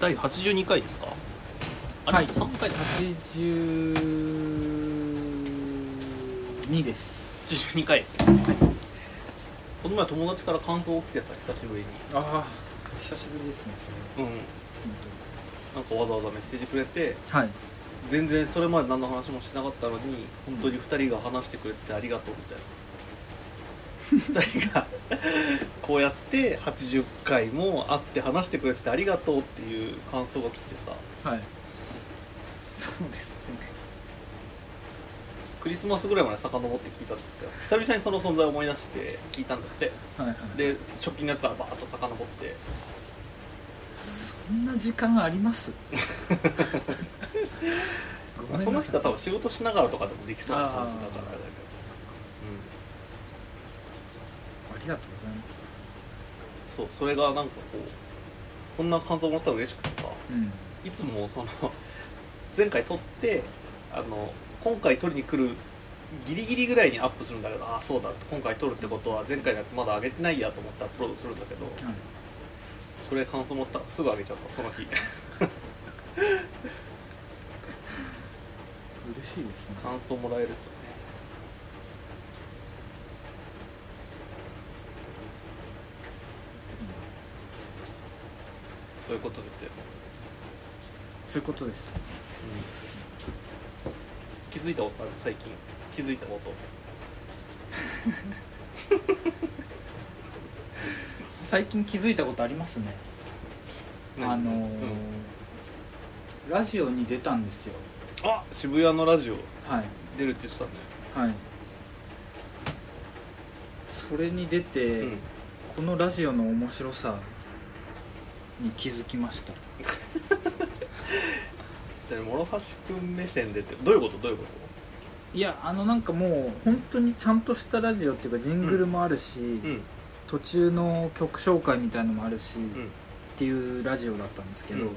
第82回ですかあれ、はい3回だ82です82回、この前友達から感想起きてさ久しぶりにああ久しぶりですねそれうんなんかわざわざメッセージくれてははい全然それまで何の話もしなかったのに本当に2人が話してくれててありがとうみたいな2人がこうやって80回も会って話してくれててありがとうっていう感想が来てさはいそうですねクリスマスぐらいまで遡って聞いたんだけど久々にその存在を思い出して聞いたんだってはいはいで直近のやつからバーッと遡ってそんな時間あります ごめんなさいその人は多分仕事しながらとかでもできそうな話だからあれだけどありがとうございますうんそうそれがなんかこうそんな感想をもらったら嬉しくてさうんいつもその 前回撮ってあの今回撮りに来るギリギリぐらいにアップするんだけどああそうだ今回撮るってことは前回のやつまだ上げてないやと思ってアップロードするんだけどはいそれ感想もらったらすぐ上げちゃったその日嬉しいですね感想もらえるとねそういうことですよ、そういうことです気づいたことある最近気づいたこと最近気づいたことありますね何あのーうんラジオに出たんですよあ渋谷のラジオはい出るって言ってたねはいそれに出て、うんこのラジオの面白さに気づきましたそれ諸橋君目線でってどういうことどういうこいやあのなんかもう本当にちゃんとしたラジオっていうかジングルもあるし、とうん途中の曲紹介みたいのもあるし、っうんていうラジオだったんですけど、うん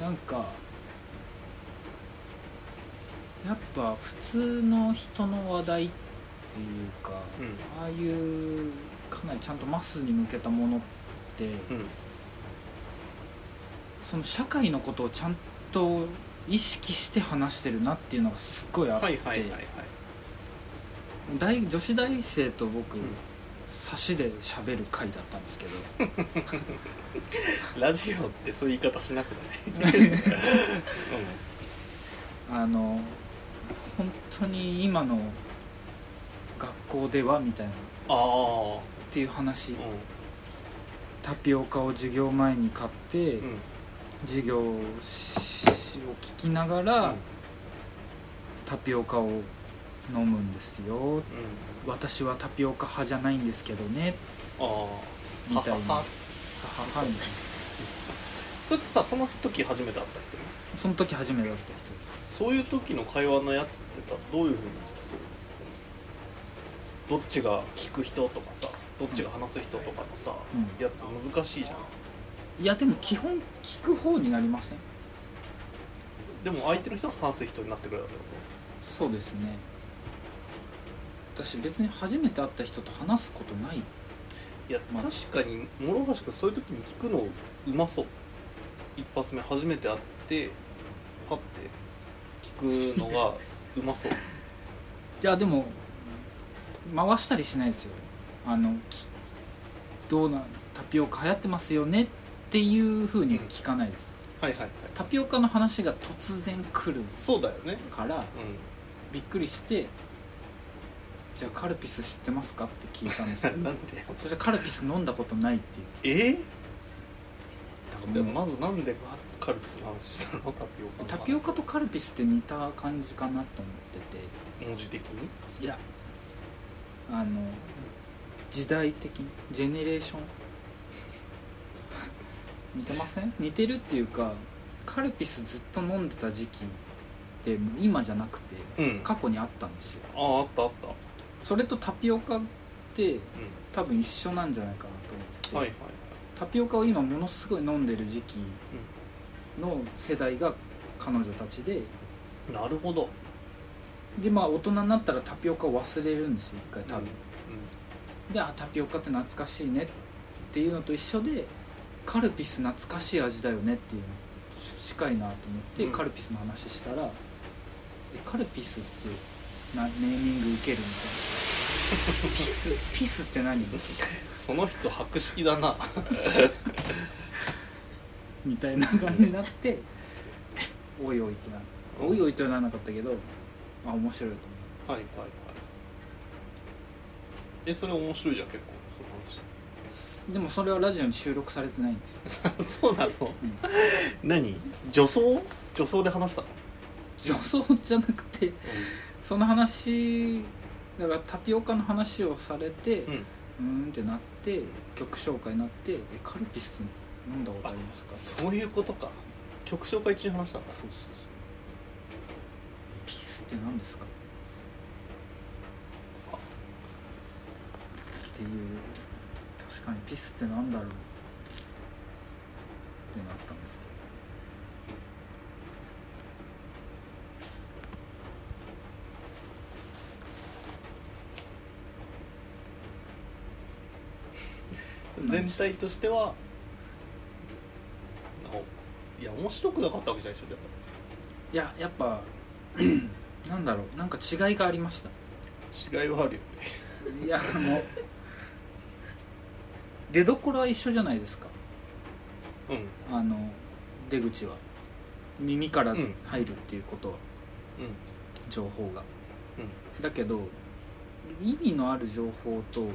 なんかやっぱ普通の人の話題っていうか、うああいうかなりちゃんとマスに向けたものって、んうんその社会のことをちゃんと意識して話してるなっていうのがすっごいあって、はいはいはいはい大女子大生と僕、うん差しで喋る回だったんですけど ラジオってそういう言い方しなくない あの本当に今の学校ではみたいなっああていう話うタピオカを授業前に買って、んうん授業を聞きながら、タピオカを飲むんですよ私はタピオカ派じゃないんですけどねああみたいなははは母みたいそれってさその時初めて会ったっけなその時初めてだった人そういう時の会話のやつってさどういうふうにそうどっちが聞く人とかさどっちが話す人とかのさ、うんやつ難しいじゃんいやでも基本聞く方になりませんでも相手の人が話す人になってくれたってこそうですね私別に初めて会った人と話すことないといや、まあ確かに諸橋君そういう時に聞くのうまそう一発目初めて会ってパッて聞くのがうま そうじゃあでも回したりしないですよあのきどうなんタピオカ流行ってますよねっていうふうに聞かないです、はいはいはいタピオカの話が突然来るそうだよねからうびっくりして「じゃあカルピス知ってますか?」って聞いたんですけ んなどんでそしたらカルピス飲んだことないって言ってえたかでらもうもまずなんでわーっとカルピスの話したのタピオカの話タピオカとカルピスって似た感じかなと思って文字的にていやあの時代的にジェネレーション 似てません似てるっていうかカルピスずっと飲んでた時期ってもう今じゃなくてうん過去にあったんですよあああったあったそれとタピオカって多分一緒なんじゃないかなうとん思っはて、いはいタピオカを今ものすごい飲んでる時期の世代が彼女たちでなるほどでまあ大人になったらタピオカを忘れるんですよ一回多分、うであタピオカって懐かしいねってっていうのと一緒でカルピス懐かしい味だよねっていうの近いなと思って、うんカルピスの話したらえカルピスってなネーミング 受けるみたいなピスピスって何その人博識だなみたいな感じになっておいおいってなるおいおいとはならなかったけどあ面白いと思はいはいはいえそれ面白いじゃん結構うでもそれはラジオに収録されてないんですその話 そうなのうん何女装女装で話したの、女装じゃなくてその話だからタピオカの話をされてううんーんってなって曲紹介になって「えカルピスって飲んだことありますか?」そうそういうことか曲紹介中に話したんだそうそうピースって何ですかっていう確かにピースって何だろうってなったんです全体としてはおいや面白くなかったわけじゃないでしょでもいややっぱなんだろうなんか違いがありました違いはあるよねいやあの出どころは一緒じゃないですかうんあの出口は耳からうん入るっていうことは、情報が、だけど意味のある情報と、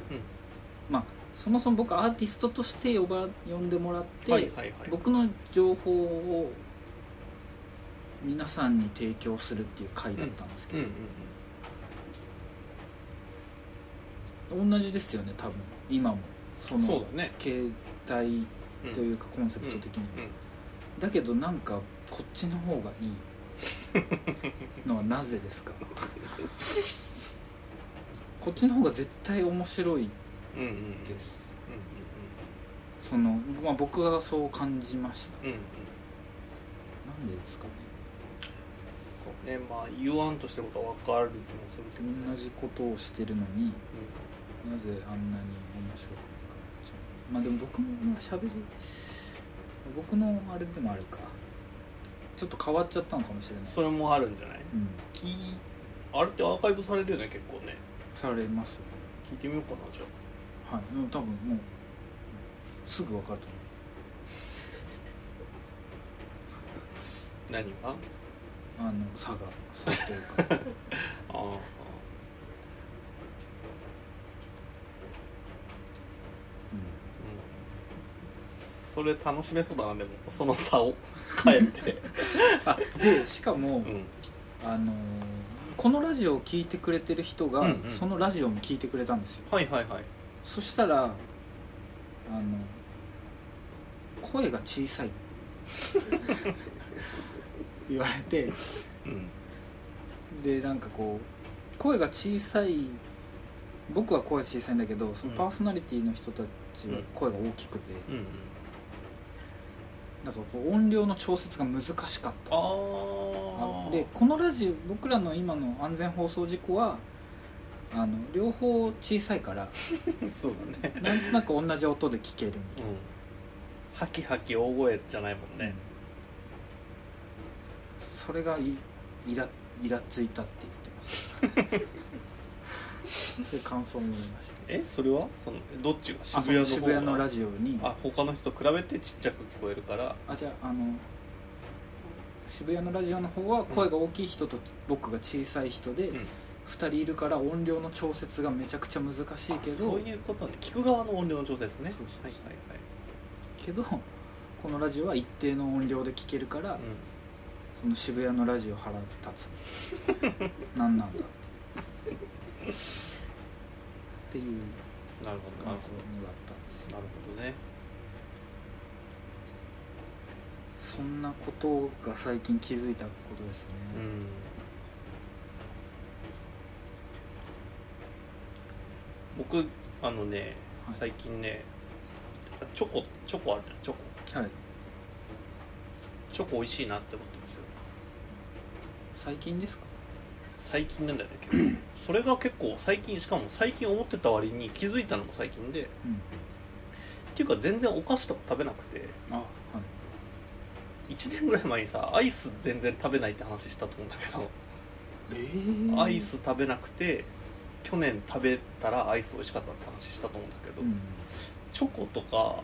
まあそもそも僕アーティストとして呼ば呼んでもらって、はいはいはい僕の情報を皆さんに提供するっていう回だったんですけうんうんど、同じですよね多分今もそうんのそうだね携帯うんというかコンセプト的に、うんうんだけどなんかこっちの方が いいのはなぜですかこっちの方が絶対面白いうんうんうんですうその、まあ、僕がそう感じましたんうんうんうんなんでですかねそうねまあ言わんとしてることは分かる気もするけどね同じことをしてるのになぜあんなに面白くないかなっちゃうまあでも僕もまあ喋り僕のあれでもあるかちょっと変わっちゃったのかもしれないそれもあるんじゃないうん聞いあれってアーカイブされるよね結構ねされますよ聞いてみようかなじゃあはい、でも多分もうすぐ分かると思何がうあの差が差とい うかああうそれ楽しめそうだなでもその差 を変えてんでしかも、うんあのーこのラジオを聞いてくれてる人が、うんうんそのラジオも聞いてくれたんですよはいはいはいそしたらあの声が小さい 言われてうんでなんかこう声が小さい僕は声小さいんだけどそのうんパーソナリティの人たちは声が大きくて、うんうんだからこう音量の調節が難しかったああ でこのラジオ僕らの今の安全放送事故はあの両方小さいからそうだねなんとなく同じ音で聞けるみうんハキハキ大声じゃないもんたいなね、それがいイライラついたって言ってましたそういう感想も言いましたえそれはそのどっちがあ 渋谷そのの渋谷のラジジオにあ他の人と比べてちっちゃく聞こえるからあじゃああの渋谷のラジオの方は声が大きい人と僕が小さい人で、う二ん2人いるから音量の調節がめちゃくちゃ難しいけどそういうことね聞く側の音量の調節ねそうそうそうはいはいはいけどこのラジオは一定の音量で聴けるから、うんその渋谷のラジオ腹 立つなんなんだっていうなるほどなるほ感想があったんですよどなるほどねそんなことが最近気づいたことですね、うん僕あのねはい最近ね、チョコチョコあるじゃんチョコはいチョコ美味しいなって思ってますよ最近ですか最近なんだよね結 構それが結構最近しかも最近思ってた割に気づいたのも最近でうんっていうか全然お菓子とか食べなくてあはい1年ぐらい前にさアイス全然食べないって話したと思うんだけどえーアイス食べなくて去年食べたらアイス美味しかったって話したと思うんだけど、うんチョコとか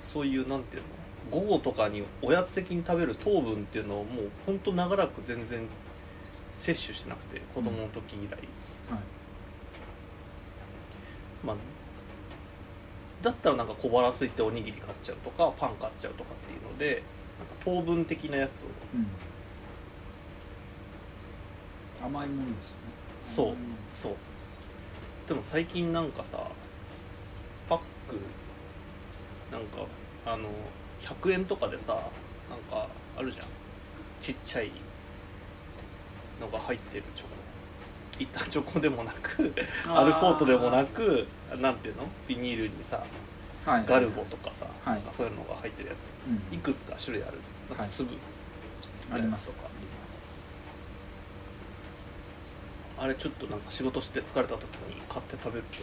そういうなんていうの午後とかにおやつ的に食べる糖分っていうのをもうほんと長らく全然摂取してなくて子供の時以来、はいまあだったらなんか小腹空いておにぎり買っちゃうとかパン買っちゃうとかっていうのでなんか糖分的なやつをうん甘いものですねそう甘いものそうでも最近なんかさパックなんかあの100円とかでさなんかあるじゃんちっちゃいのが入ってるチョコいったチョコでもなくアルフォートでもなくなんていうのビニールにさはいガルボとかさ、はいなんかそういうのが入ってるやつうんいくつか種類あるなんか粒、ありますやつとかあれちょっとなんか仕事して疲れた時に買って食べると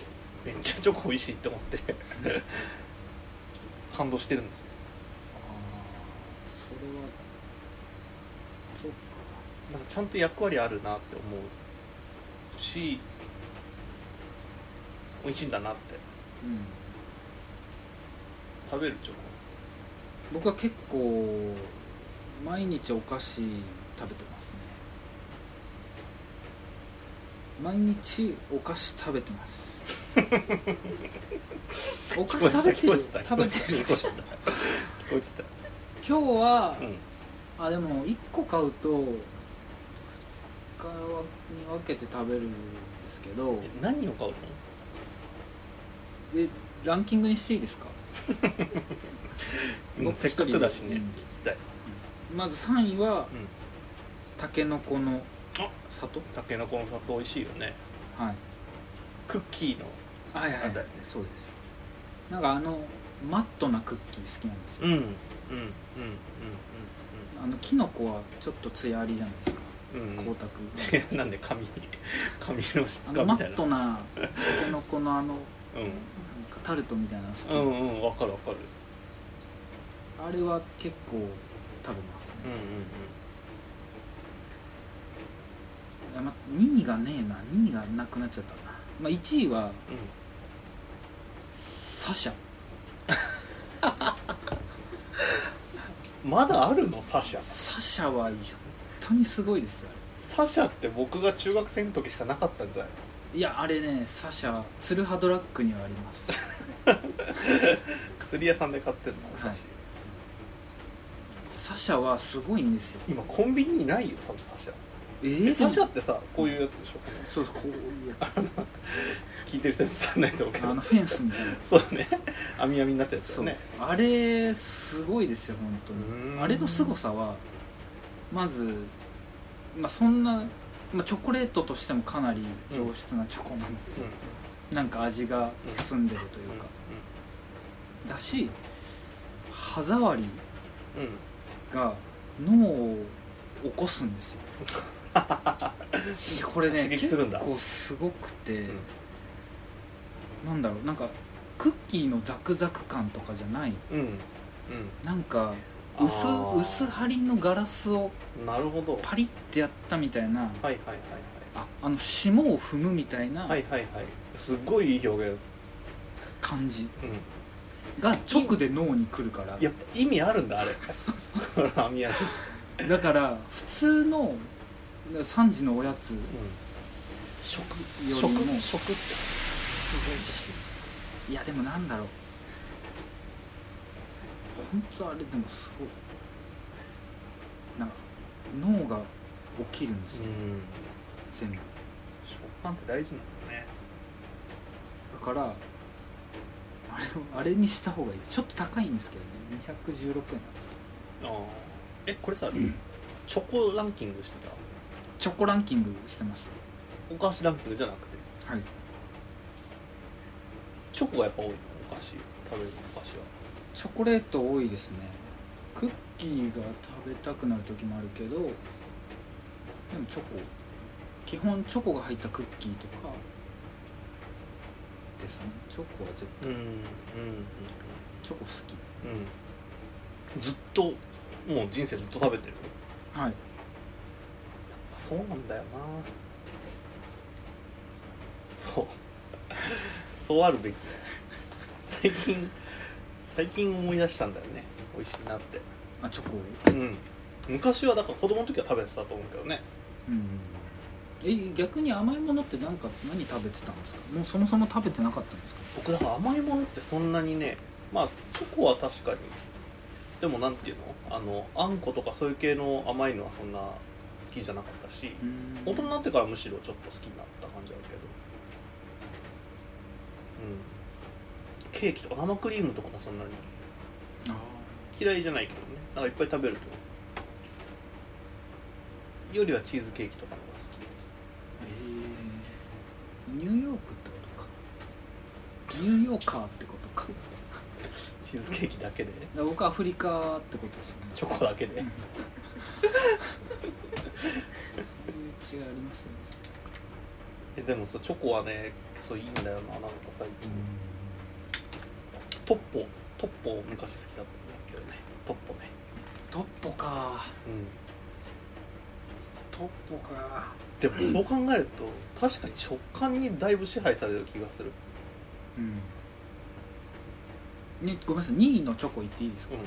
めっちゃチョコ美味しいって思って 感動してるんですよあーそれはそっかなんかちゃんと役割あるなって思うし美味しいんだなってうん食べるチョ僕は結構毎日お菓子食べてますね毎日お菓子食べてます お菓子食べてる聞こえてた食べてるでしょコ聞こえて今日はたうんあでも1個買うと2日に分けて食べるんですけどえ何を買うのでランキングにしていいですかうん僕せっかくだしね、うん聞きたい、まず3位はうん、たけのこのあ里、たけのこの里美味しいよねはい、クッキーのはいはいあだよねそうですなんかあのマットなクッキー好きなんですようんうんうんあのキノコはちょっとツヤありじゃないですかうんうんうん光沢、 うんなんで髪髪の質あ感のマみたいッなトなたけのこのあのなんうかタルトみたいなの好き、んうんうんわかるわかるあれは結構食べますねうんうんいやま、2位がねえな2位がなくなっちゃったな、まあ、1位はうんサシャうんまだあるのサシャサシャは本当にすごいですよあサシャって僕が中学生の時しかなかったんじゃないれいやあれねサシャツルハドラッグにはあります 薬屋さんで買ってるのお菓子、はいサシャはすごいんですよ今コンビニにないよ多分サシャええー、サシでャもってさこういうやつでしょそうそうこういうや聞いてる人に伝わんないと思うけつどあのフェンスみたいなそうね 網網になったやつだそよう、ねあれすごいですよ本当にうーんあれの凄さはまず、まあ、そんな、まあ、チョコレートとしてもかなり上質なチョコなんですよ、なんか味が澄んでるといううんか、だし歯触りうんうんが脳を起こすんで すよいやこれね刺激するんだ結構すごくて、うんなんだろうなんかクッキーのザクザク感とかじゃないうんうんなんかあ薄ー薄張りのガラスをうんなるほどパリってやったみたいなはいはいああの霜を踏むみたいなはいはいはいはいはいすごいいい表現感じうんが直で脳にくるからやっぱ意味あるんだあれそうそう それ網やるだから普通の3時のおやつ食りも食食ってすごいいやでもなんだろう本当あれでもすごいなんか脳が起きるんですんよ、全部食感って大事なんだねだからあれをあれにした方がいいちょっと高いんですけどね216円なんですけどああえこれさチョコランキングしてたチョコランキングしてますお菓子ランキングじゃなくてはいチョコがやっぱ多いのお菓子食べるお菓子はチョコレート多いですねクッキーが食べたくなる時もあるけどでもチョコ基本チョコが入ったクッキーとかですねチョコは絶うんうんうん対チョコ好うんずっともう人生ずっと食べてるきはいそうなんだよなそう そうあるべき最近最近思い出したんだよね美味しいなってあチョコうん昔はだから子供の時は食べてたと思うけどねうんえ逆に甘いものってなんか何食べてたんですかもうそもそも食べてなかったんですか僕だから甘いものってそんなにねまあチョコは確かにでもなんていうのあのあんことかそういう系の甘いのはそんな好きじゃなかったしうん大人になってからむしろちょっと好きになった感じあるけどうんケーキとか生クリームとかもそんなにあ嫌いじゃないけどねなんかいっぱい食べるとよりはチーズケーキとかの方が好きですーえーニューヨークってことかニューヨーカーってことかだかチーズケーキだけでら僕アフリカってことですよねチョコだけでうんそういう違いありますよねえでもそうチョコはねそういいんだよななんか最近トッポトッポ昔好きだったんだけどねトッポねトッポかうんトッポかでも そう考えると確かに食感にだいぶ支配される気がするうんね、ごめんなさい2位のチョコ言っていいですかうん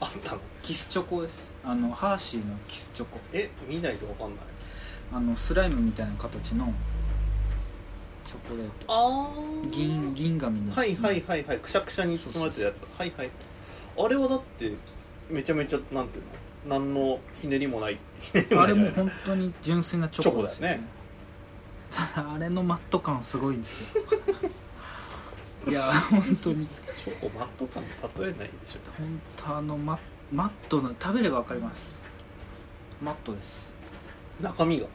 あったのキスチョコですあのハーシーのキスチョコえ見ないと分かんないあのスライムみたいな形のチョコレートあ銀銀紙のはいはいはいはいくしゃくしゃに包まれてるやつはいはいあれはだってめちゃめちゃなんていうの何のひねりもないひ ねりあなれいじゃもない本当に純粋なチョコですよねチョコだよねただあれのマット感すごいんですよ いや本当にチョコマット感例えないでしょ本当あのママットの食べればわかりますマットです中身が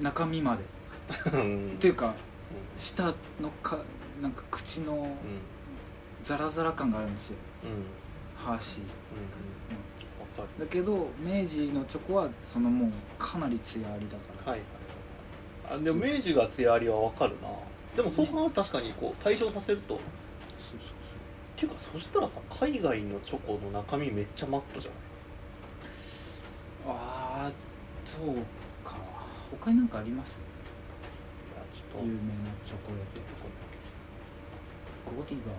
中身までうんというか舌のかなんか口のうんうんザラザラ感があるんですようんうんハーシーわかるだけど明治のチョコはそのもうかなり艶ありだから、はいあでも明治が艶ありはわかるなでもそう考えると確かにこう対照させるとそうそうっそていうかそしたらさ海外のチョコの中身めっちゃマットじゃないうああそうか他になんかありますいやちょっ有と名なチョコレートゴディバ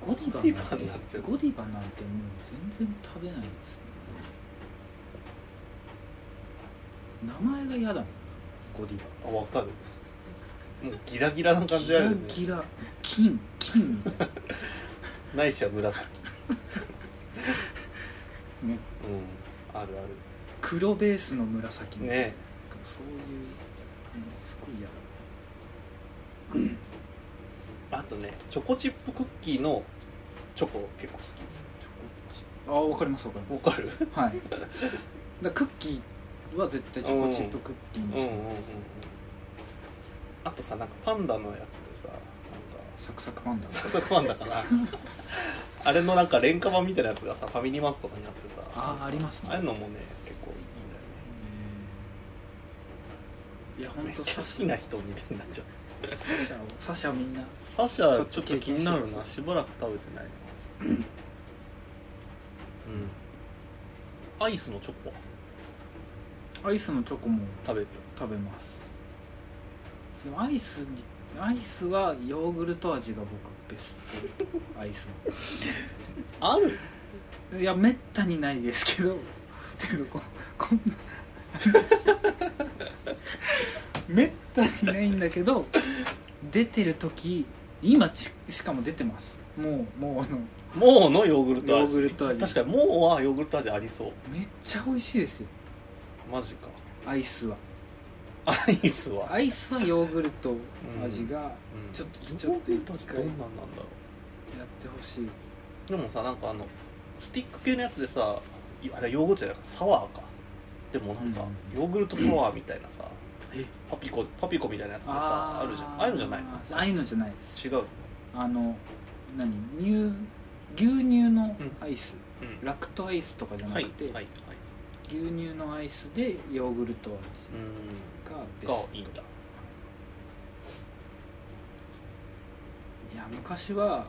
ゴディバなんてゴディバなんてゴディバなんてもう全然食べないんですよ名前が嫌だもんゴディバあわかるもうギラギラな感じあるよねギラギラ金金みたいなないしは紫 ねうんあるあ黒ベースの紫るみたいなねなんかそういううんすごい嫌だあとねチョコチップクッキーのチョコ結構好きですああわかりますわかりまわかるすはいだからクッキーは絶対チョコチップクッキーうんにうんしうんて、うんあとさなんかパンダのやつでさなんかサクサクパンダサクサクパンダ かなあれのなんか廉価版みたいなやつがさファミリーマートとかにあってさああありますねああいうのもね結構いいんだよねいや本めっ当ちゃサ好シきな人みたいになっちゃったサシャをサシャみんなサシャちちょょっっとと気になる経験してなますしばらく食べてないなうんアイスのチョコはアイスのチョコも食べる食べますでもアイスにアイスはヨーグルト味が僕ベストアイスあるのいやめったにないですけどていうかここんなめったにないんだけど出てる時今ちしかも出てますもうもうあのもうのヨーグルト味ヨーグルト味確かにもうはヨーグルト味ありそうめっちゃ美味しいですよマジかアイスはアイスはアイスはヨーグルト味がうんちょっとちヨょーっグとル一ト味回どんやなんなんだろってほしいうでもさなんかあのスティック系のやつでさいあれヨーグルトじゃなくてサワーかでもなんかヨーグルトサワーみたいなさえパピコパピコみたいなやつでさあるじゃんああいうのじゃないああいうのじゃないです違うあの何乳牛乳のアイス、うんラクトアイスとかじゃなはいくはいて、はい牛乳のアイスでヨーグルト味うがベスんがトいいんだいや昔は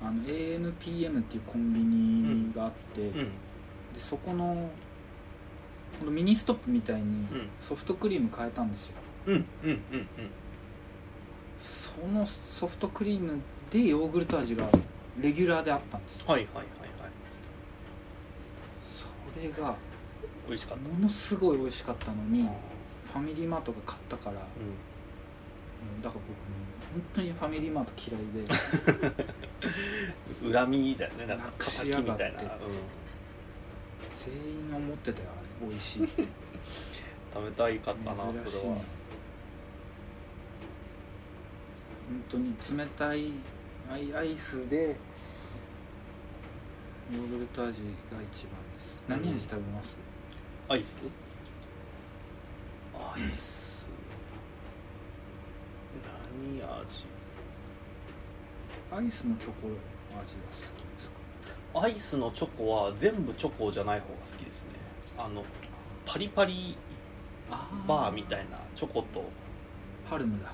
あの AMPM っていうコンビニがあって、うんうんでそこのこのミニストップみたいにソフトクリーム変えたんですようんうんうんそのソフトクリームでヨーグルト味がレギュラーであったんですよはいはいはいはいそれが美味しかったものすごい美味しかったのうにんファミリーマートが買ったからうんだから僕本当にファミリーマート嫌 いで恨みだよねなんかなくし敵やみがってたいな、うん、全員思ってたよあれ美味しいって食べたいかったなそれ珍しいなは本当に冷たいアイアイスでヨーグルト味が一番です何味食べます、アイスアイス何味アイスのチョコ味が好きですかアイスのチョコは全部チョコじゃない方が好きですねあのパリパリバーみたいなチョコと、パルムだ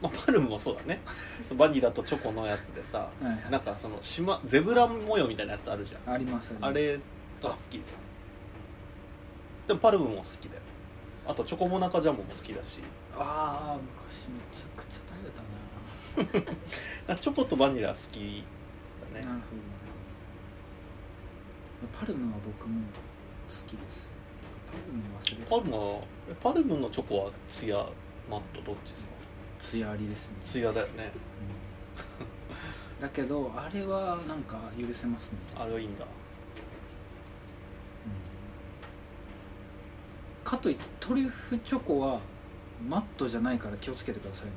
まあ、パルムもそうだね バニラとチョコのやつでさはいなんかその島ゼブラ模様みたいなやつあるじゃんありますあれが好きですねでもパルムも好きだよあとチョコモナカジャムも好きだしああ昔めちゃくちゃ食べたな、なんかチョコとバニラ好きだねなるほどパルムは僕も好きですパルム忘れてたパルムはえパルムのチョコはツヤマットどっちですかツヤありですねツヤだよねうんだけどあれはなんか許せますね、あれいいんだかといってトリュフチョコはマットじゃないから気をつけてくださいね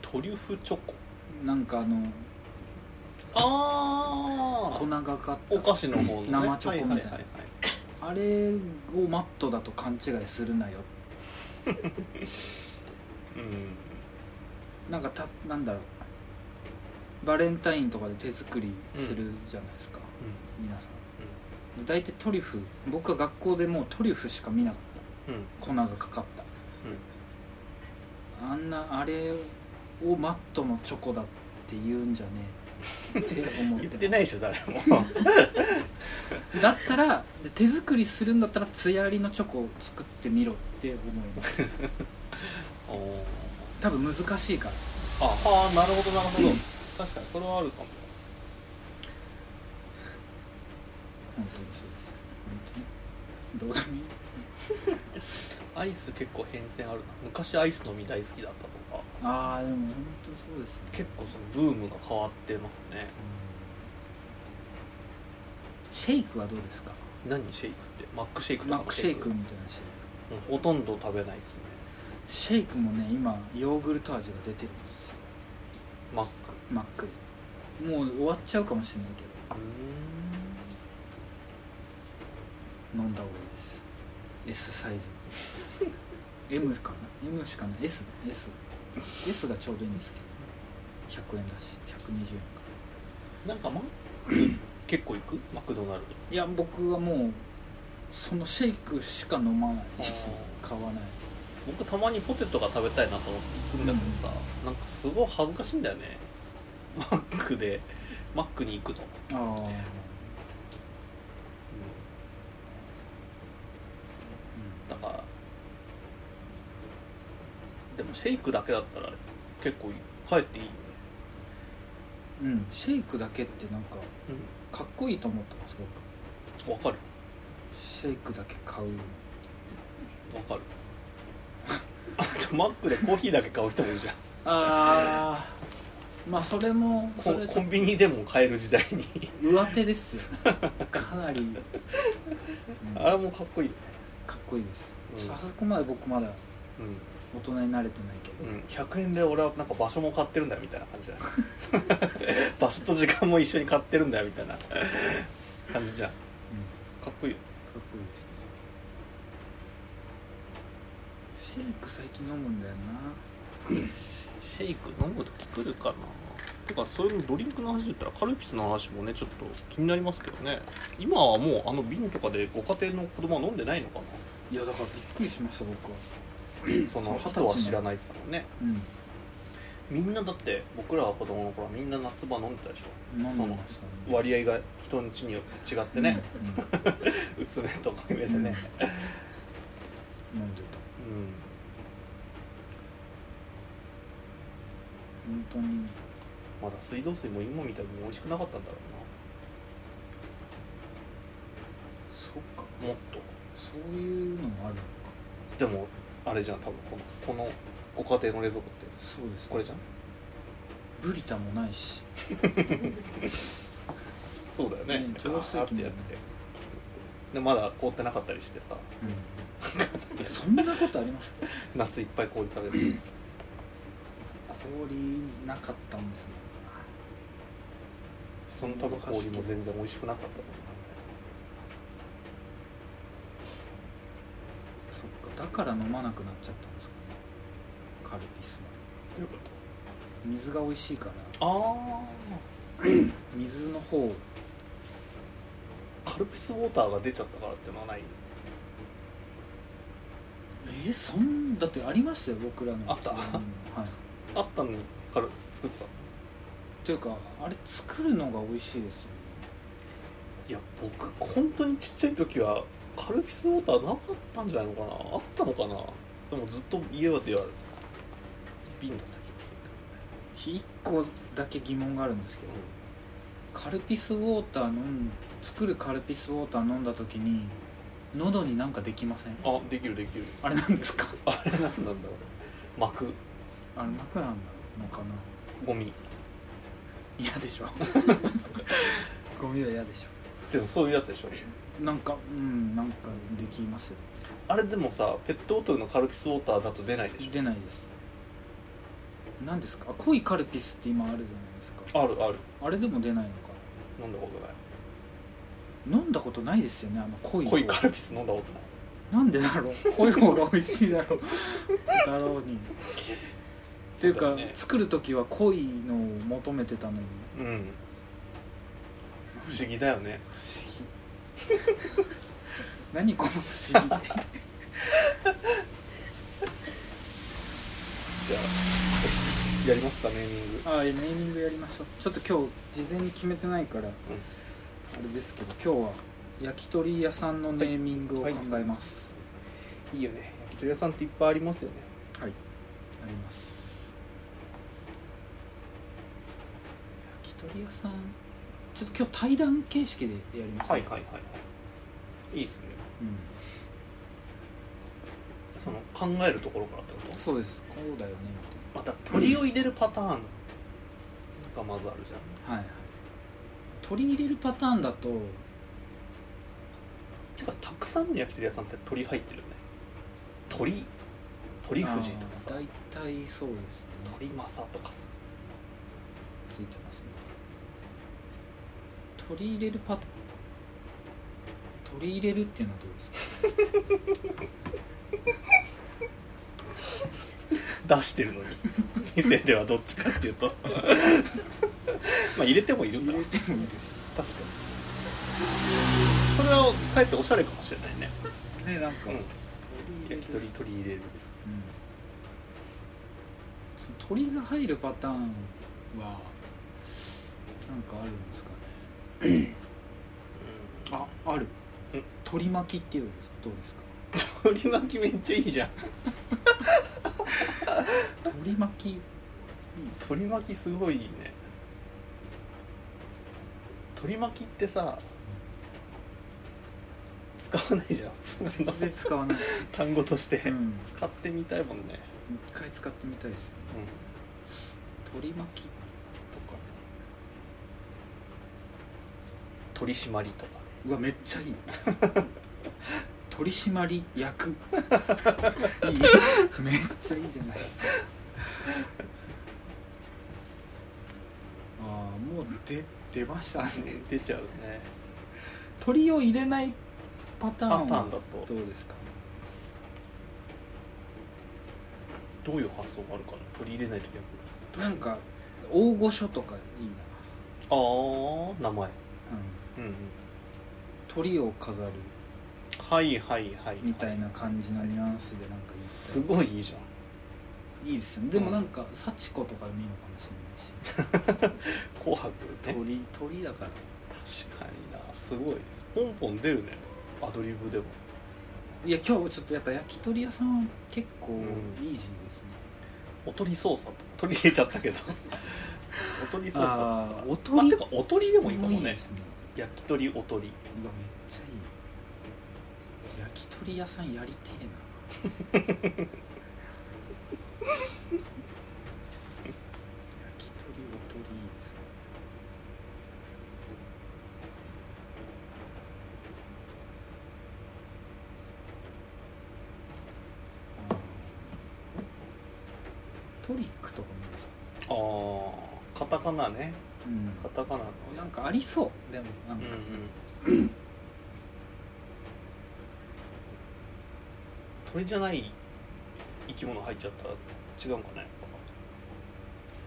トリュフチョコなんかあのあ粉あがかっお菓子の方の、ね、生チョコみたいなははははたあれをマットだと勘違いするなようんなんかたなんだろうバレンタインとかで手作りするじゃないですか、皆さん、で大体トリュフ僕は学校でもうトリュフしか見なかったうんうん粉がかかったあんなあれをマットのチョコだって言うんじゃねえって思うっんて言っますてないでしょ誰もだったらで手作りするんだったらつやありのチョコを作ってみろって思います おー多分難しいかああらーなるほどなるほど、確かにそれはあるかも本当にそう本当にどうでもいいアイス結構変遷あるな昔アイス飲み大好きだったとかああでも本当そうですね結構そのブームが変わってますねシェイクはどうですか何シェイクってマックシェイクとかマのックシェイクみたいなシェイもうほとんど食べないですねクシェイクもね今ヨーグルト味が出てるんですよマッマックもう終わっちゃうかもしれないけどクう飲んだ方がいいです S サ イズ M かな M しかない S だ SS がちょうどいいんですけど100円だし120円かんなんかマック 結構行くマクドナルドいや僕はもうそのシェイクしか飲まないですねあ買わない僕たまにポテトが食べたいなと思って行くんだけどさ、なんかすごい恥ずかしいんだよねマックでマックに行くと、ああだからでもシェイクだけだったら結構帰っていいよねうん、うん、シェイクだけってなんかかっこいいと思ってます僕わかるシェイクだけ買うわかるあと マックでコーヒーだけ買う人もいる じゃんああ まあそれもコそれンちコょっンビニでも買える時代にと上手で すよかなり、うんあれもかっこいいよねかっこいいです、うんあそこまで僕まだ大人になれてないけうど、ん、うん、100円で俺はなんか場所も買ってるんだみたいな感 じじゃない場所と時間も一緒に買ってるんだよみたいな感じじゃんかっこいいよかっこいいですねシェイク最近飲むんだよなシェイク飲む時来るかなてかそれのドリンクの話で言ったらカルピスの話もねちょっと気になりますけどね今はもうあの瓶とかでご家庭の子供は飲んでないのかないやだからびっくりしました僕はそそのう人は知らないって言ってたもんねうんみんなだって僕らが子供の頃はみんな夏場飲んでたでし飲んでそのましたねょ割合が人のちによって違ってね、薄めと濃いめでねうん飲んでうたん本当にまだ水道水も今みたいに美味しくなかったんだろそっかうなもっとそういうのもあるのかでもあれじゃん多分このこのご家庭の冷蔵庫ってそうですねこれじゃんブリタもないしそうだよねうん浄水器ガーってやってでまだ凍ってなかったりしてさ いやそんなことあります夏いっぱい氷食べて氷なかったんだよその多分氷も全然美味しくなかったと思なそっかだから飲まなくなっちゃったんですかねカルピスもうどういうこと水が美味しいからあ水の方あカルピスウォーターが出ちゃったからっていうのはないえー、そんだってありましたよ僕らのあった世代にもはいあったのから作ってたというかあれ作るのが美味しいですよいや僕本当にちっちゃい時はカルピスウォーターなかったんじゃないのかなあったのかなでもずっと家はでは瓶だった気がす1個だけ疑問があるんですけるどカルピスウォーター飲ん作るカルピスウォーター飲んだ時に喉になんかできませんけど、あできるできるあれな んですかあれなんなんだろう膜あれなくなんのかなゴミ嫌で しょゴミは嫌でしでもそういうやつでしょょなんかうんなんかできますよあれでもさペットボトルのカルピスウォーターだと出ないでし出ないです何ですかあ濃いカルピスって今あるじゃないですかょあるあるあれでも出ないのか飲んだことない飲んだことないですよねあの濃い方濃いカルピス飲んだことないなんでだろう濃い方が美味しいだろうだろうにっていうそかだよね作る時は濃いのを求めてたのにうん不思議だよね不思議何この不思議ってじゃあやりますかネーミングああネーミングやりましょうちょっと今日事前に決めてないから、あれですけど今日は焼き鳥屋さんのネーミングを考はいえますいいよね焼き鳥屋さんっていっぱいありますよねはい、あります焼き鳥屋さんちょっと今日対談形式でやりますか、はいはいいいですねうその考えるところからってこん、そうですこうだよねとまた鳥を入れるパターンがまずあるじゃんみたいなはいはい取り入れるパターンだとてかたくさんの焼き鳥屋さんって鳥入ってるよね鳥鳥富士とかさあー大体そうですね鳥政とかさついてますね取り入れるパ取り入れるっていうのはどうです出して るのに店ではどっちかっていうとまあ入れてもいるかか入れてもいいです確かにそれはかえっておしゃれかもしれないねねなんか、うん焼き鳥取り入れるうんその鳥が入るパターンはなんかあるんですかねああるうん鳥巻きっていうのはどうですか鳥巻きめっちゃいいじゃん鳥巻きいいです鳥巻きすごいいいね鳥巻きってさ使わないじゃん その全然使わない、単語として、うん、使ってみたいもんね、一回使ってみたいですよね鳥巻きとか取り締まりとかうわめっちゃいい取締り 役いいめっちゃいいじゃないですかああもう出出ましたね出ちゃうね鳥を入れないパターパターンンはだどとうですかどういう発想があるかな取り入れないと逆になんか大御所とかいいな、ああ名前うん、うんうん鳥を飾るはいはいはいみたいな感じのニュアンスでなんか言いたいすごいいいじゃんいいですよねでもなんか幸子とかでもいいのかもし れないし紅白ね鳥鳥だから確かになすごいですポンポン出るねアドリブでもいや今日ちょっとやっぱ焼き鳥屋さんは結構うんイージーですね、おとり操作取り入れちゃった けどおとり操作あーおとりまあ、てかおとりでもいいかもいいねですね焼き鳥おとりうわめっちゃいい焼き鳥屋さんやりてえな焼き鳥おとりいいですねあートリックとかもいいですねああカタカナねうんカタカナのなんかありそうでもなんうんかうん鳥じゃない生き物入っちゃったら違うんかね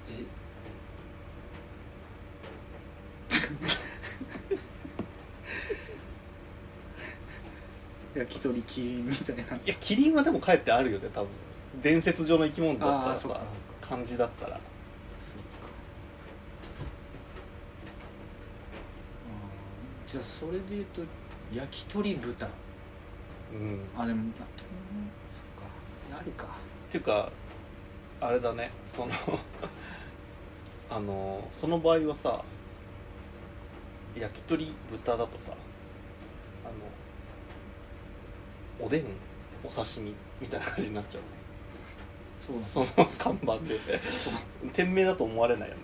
え 焼き鳥キリンみたいないやキリンはでもかえってあるよね多分伝説上の生き物だったあらあそっかさ漢字だったらそっかあーじゃあそれで言うと焼き鳥豚うんあでもあとそっかあるかっていうかあれだねその あのその場合はさ焼き鳥豚だとさあのおでんお刺身みたいな感じになっちゃうねそそうなんの看板で店名だと思われないよね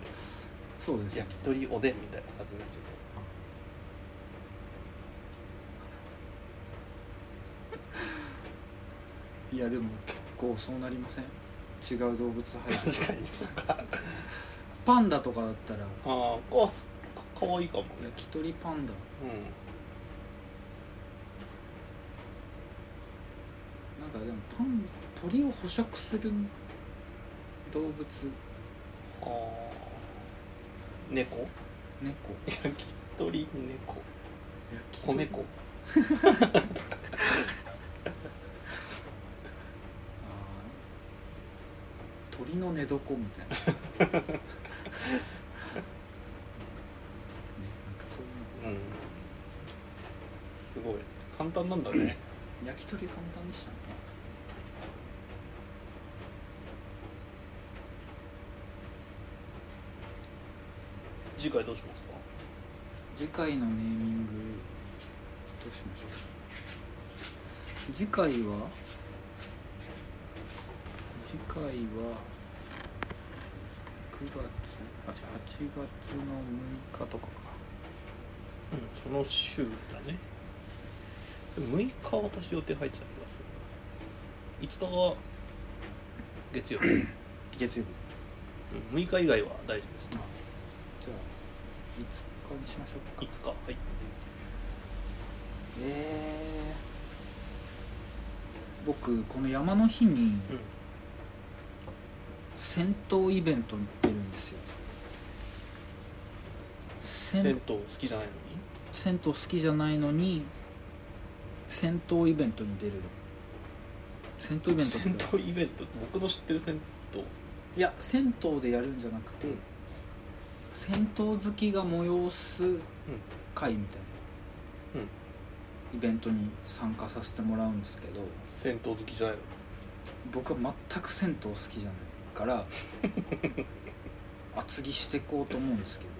そうですね焼き鳥おでんみたいな感じになっちゃういやでも結構そうなりません違う動物入って確かにそっかあパンダとかだったらああすかかわいいかもね焼き鳥パンうダなんかでもパン鳥を捕食する動物んああ猫猫焼き鳥猫子焼き鳥猫あー鳥の寝床 みたいなねなんかそういうんすごい簡単なんだねう焼き鳥簡単でしたね次回どうしますか次回のネーミングどうしましょう次回は次回は9月あ8月の6日とかかうんその週だねでも6日は私予定入ってた気がする5日が月曜日うん月曜日6日以外は大丈夫ですねじゃあ5日にしましょうか5日はいえー、僕この山の日にうん銭湯イベントに行ってるんですよ銭湯銭好きじゃないのに銭湯好きじゃないのに銭湯イベントに出る銭湯イベントって銭湯イベントって僕の知ってる銭湯いや銭湯でやるんじゃなくて、うん銭湯好きが催す会みたいな、うんイベントに参加させてもらうんですけど銭湯好きじゃないの僕は全く銭湯好きじゃないから 厚着してこうと思うんですけど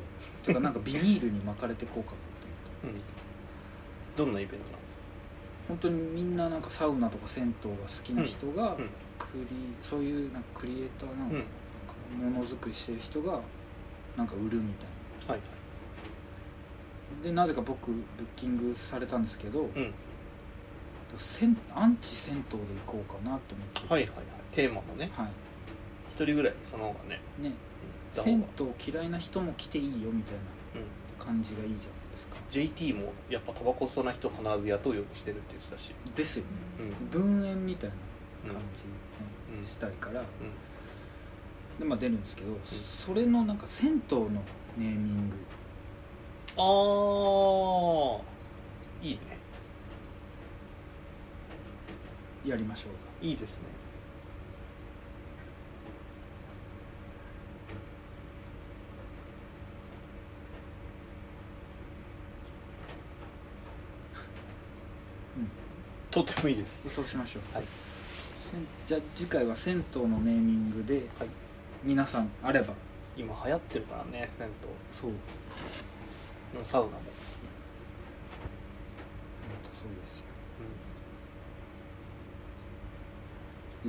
てかなんかビニールに巻かれてこうかなと思ってうんどんなイベントなんですか本当にみんななんかサウナとか銭湯が好きな人が、うんうんクリそういうなんかクリエイターなのうんかなものづくりしてる人がなんか売るみたいはいなでなぜか僕ブッキングされたんですけど、うんはい銭アンチ銭湯で行こうかなと思ってはいはいテーマもねはい、一人ぐらいその方がねねいた方が銭湯嫌いな人も来ていいよみたいうんな感じがいいじゃないですか JT もやっぱタバコ吸わない人必ず雇うようにしてるって言ってたしですよね、うん分煙みたいうんな感じうんにしたいから、うんでまあ出るんですけど、それのなんか銭湯のネーミングああいいねやりましょうかいいですねとってもいいですそうしましょう、はいせんじゃあ次回は銭湯のネーミングで、はい皆さんあれば今流行ってるからね銭そう湯のサウナも、本当そう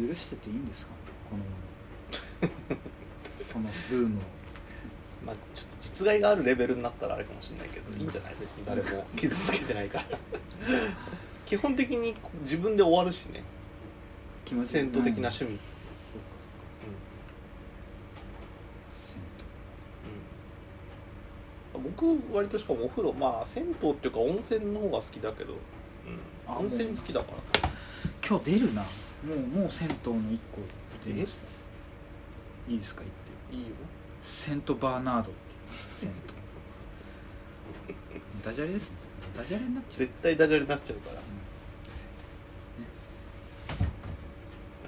ですよ許してていいんですかこの そのブームをうんまあ、ちょっと実害があるレベルになったらあれかもしれないけどいいんじゃない別に誰も傷つけてないから 基本的に自分で終わるしね気持ち銭湯的な趣そうか味、うんうん僕割としかもお風呂まあ銭湯っていうか温泉の方が好きだけど、うんあ温泉好きだからそうか今日出るなもうもう銭湯の一個出ましたいいですか言っていいよセントバーナ ードっていうセントダジャレですねダジャレになっちゃう絶対ダジャレになっちゃうから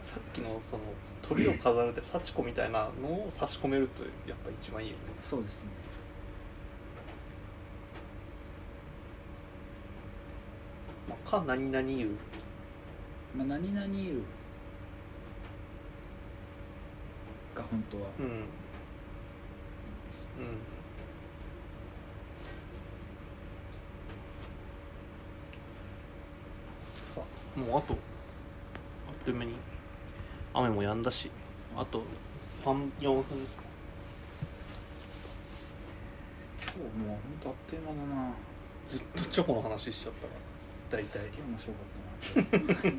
さっきのその鳥を飾るって幸子みたいなのを差し込めるとやっぱ一番いいよねそうですねまあか何々言うまあ何々言うが本当はういいんですようんさあもうあとあっという間に雨も止んだしあと34分ですか今日もう本当あっという間だなずっとチョコの話しちゃったから大体今日面白かったな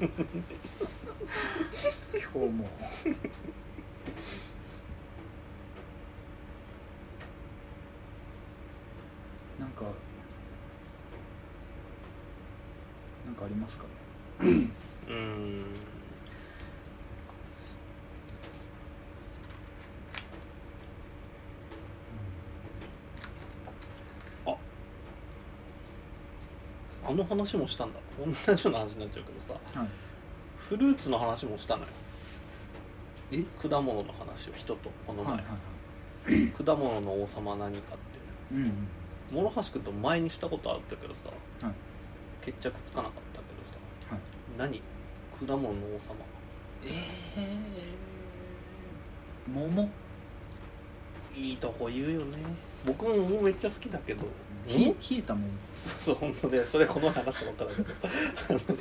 今日もなんかなんかありますかうーんああの話もしたんだ同じような話になっちゃうけどさはいフルーツの話もしたのよえ果物の話を人とこのはいはい前、はい果物の王様は何かってうんうん諸橋君と前にしたことあったけどさはい決着つかなかったけどさはい何果物の王様ええー、桃いいとこ言うよね僕も桃めっちゃ好きだけどひ桃 冷えた桃そうそう本当でそれこの前話したばっかだけど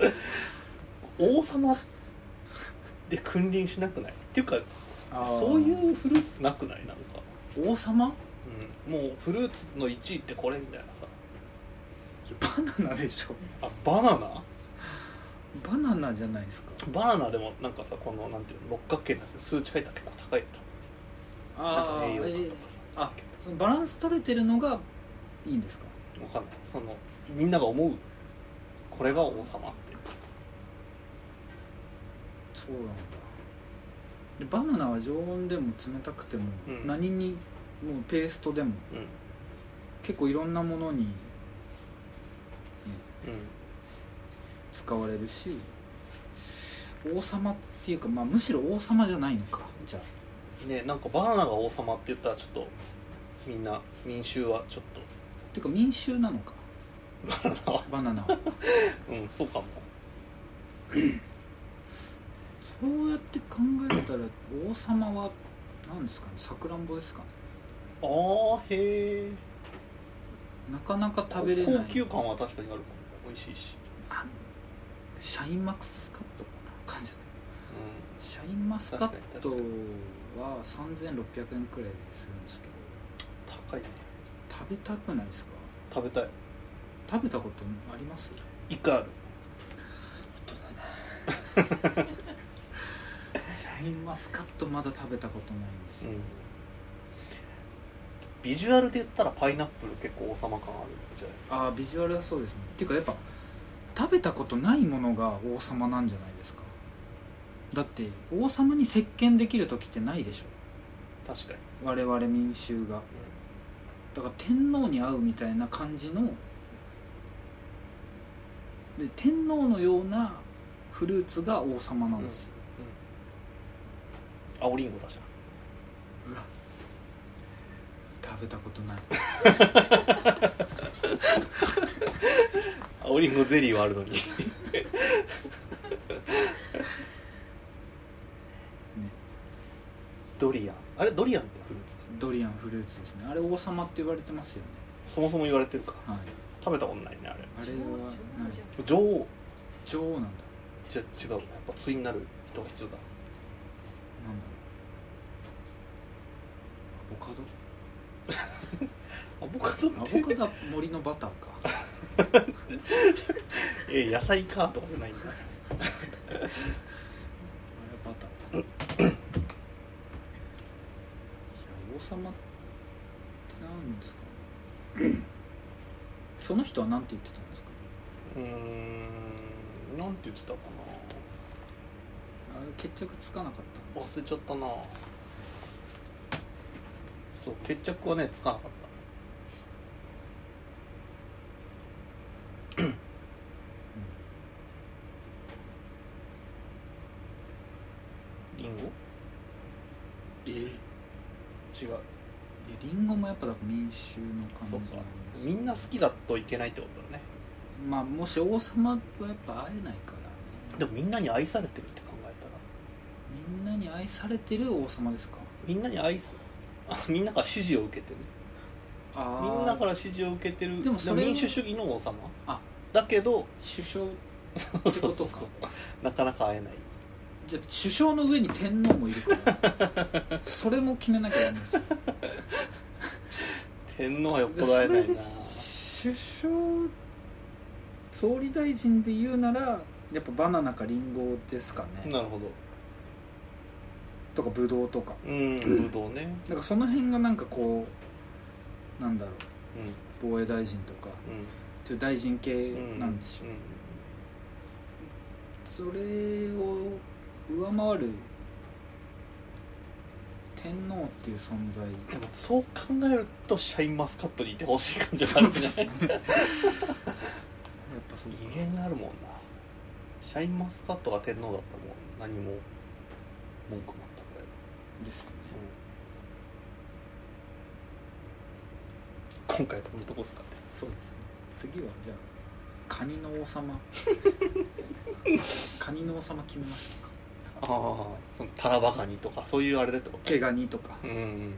あの王様で君臨しなくないっていうかそういうフルーツってなくないなんか、う王様 うん、もうフルーツの1位ってこれみたいなさいやバナナでしょあバナナバナナじゃないですかバナナでもなんかさこのなんていうの六角形のやつ数値入ったら結構高いあなんあ、か栄養えーあそのバランス取れてるのがいいんですかわかんないそのみんなが思うこれが王様ってそうなんだでバナナは常温でも冷たくても、うん何にもうペーストでもうん結構いろんなものにうん使われるし王様っていうか、まあ、むしろ王様じゃないのかじゃあねなんかバナナが王様って言ったらちょっとみんな民衆はちょっっていうか民衆なのかとバナナはバナナはうんそうかもそうやって考えたら王様は何ですかねさくらんぼですかねあーへえなかなか食べれない高級感は確かにあるかも美味しいしあシャインマスカットかな感じだねうシャインマスカッ確トかには3600円くらいするんですけどん高いね食べたくないですか食べたい食べたことあります一回あるシャインマスカットまだ食べたことないんですうよ、んビジュアルで言ったらパイナップル結構王様感あるじゃないですかああビジュアルはそうですねっていうかやっぱ食べたことないものが王様なんじゃないですかだって王様に接見できる時ってないでしょ確かに、我々民衆がだから天皇に会うみたいな感じので天皇のようなフルーツが王様なんですよ、うん、青りんごだじ食べたことないゃん青りんごゼリーはあるのに ドリアンあれドリアンってフルーツドリアンフルーツですねあれ王様って言われてますよねそもそも言われてるかはい食べたことないねあれあれは、はい女王女王なんだじゃ違うやっぱ対になる人が必要だなんだろうアボカドアボカドっアてボカドは森のバターか え野菜かとかじゃないんだあれバターだいや王様ってなんですかねその人は何て言ってたんですかうーんなんて言ってたかあれ決着つかなかったな忘れちゃったなそう決着はねつかなかっうたリンゴええ違うリンゴもやっぱだから民衆の感じそがうあかりますみんな好きだといけないってことだねまあもし王様はやっぱ会えないからでもみんなに愛されてるって考えたらみんなに愛されてる王様ですかみんなに愛すあみんなから支持を受けてるあみんなから支持を受けてるでもそれ民主主義の王様あだけど首相そうそうそうってそこうなかなか会えないじゃあ首相の上に天皇もいるから それも決めなきゃいけないんですよ天皇はよっでぽどそ会えなれいでな首相総理大臣で言うならやっぱバナナかリンゴですかね、なるほどとかブドウとかうんブドウねなんかその辺がなんかこうなんだろうう防衛大臣とかんうんそういう大臣系うんなんでしょう、うんそれを上回る天皇っていう存在でもそう考えるとシャインマスカットにいてほしい感じがあるですねね やっぱそう威厳があるもんなシャインマスカットが天皇だったらもう何も文句もあったくらいですかね今回このとこですかってそうですね次はじゃあカニの王様カニの王様決めましょうかああそのタラバカニとかそういうあれでってこと毛ガニとかうんうんうん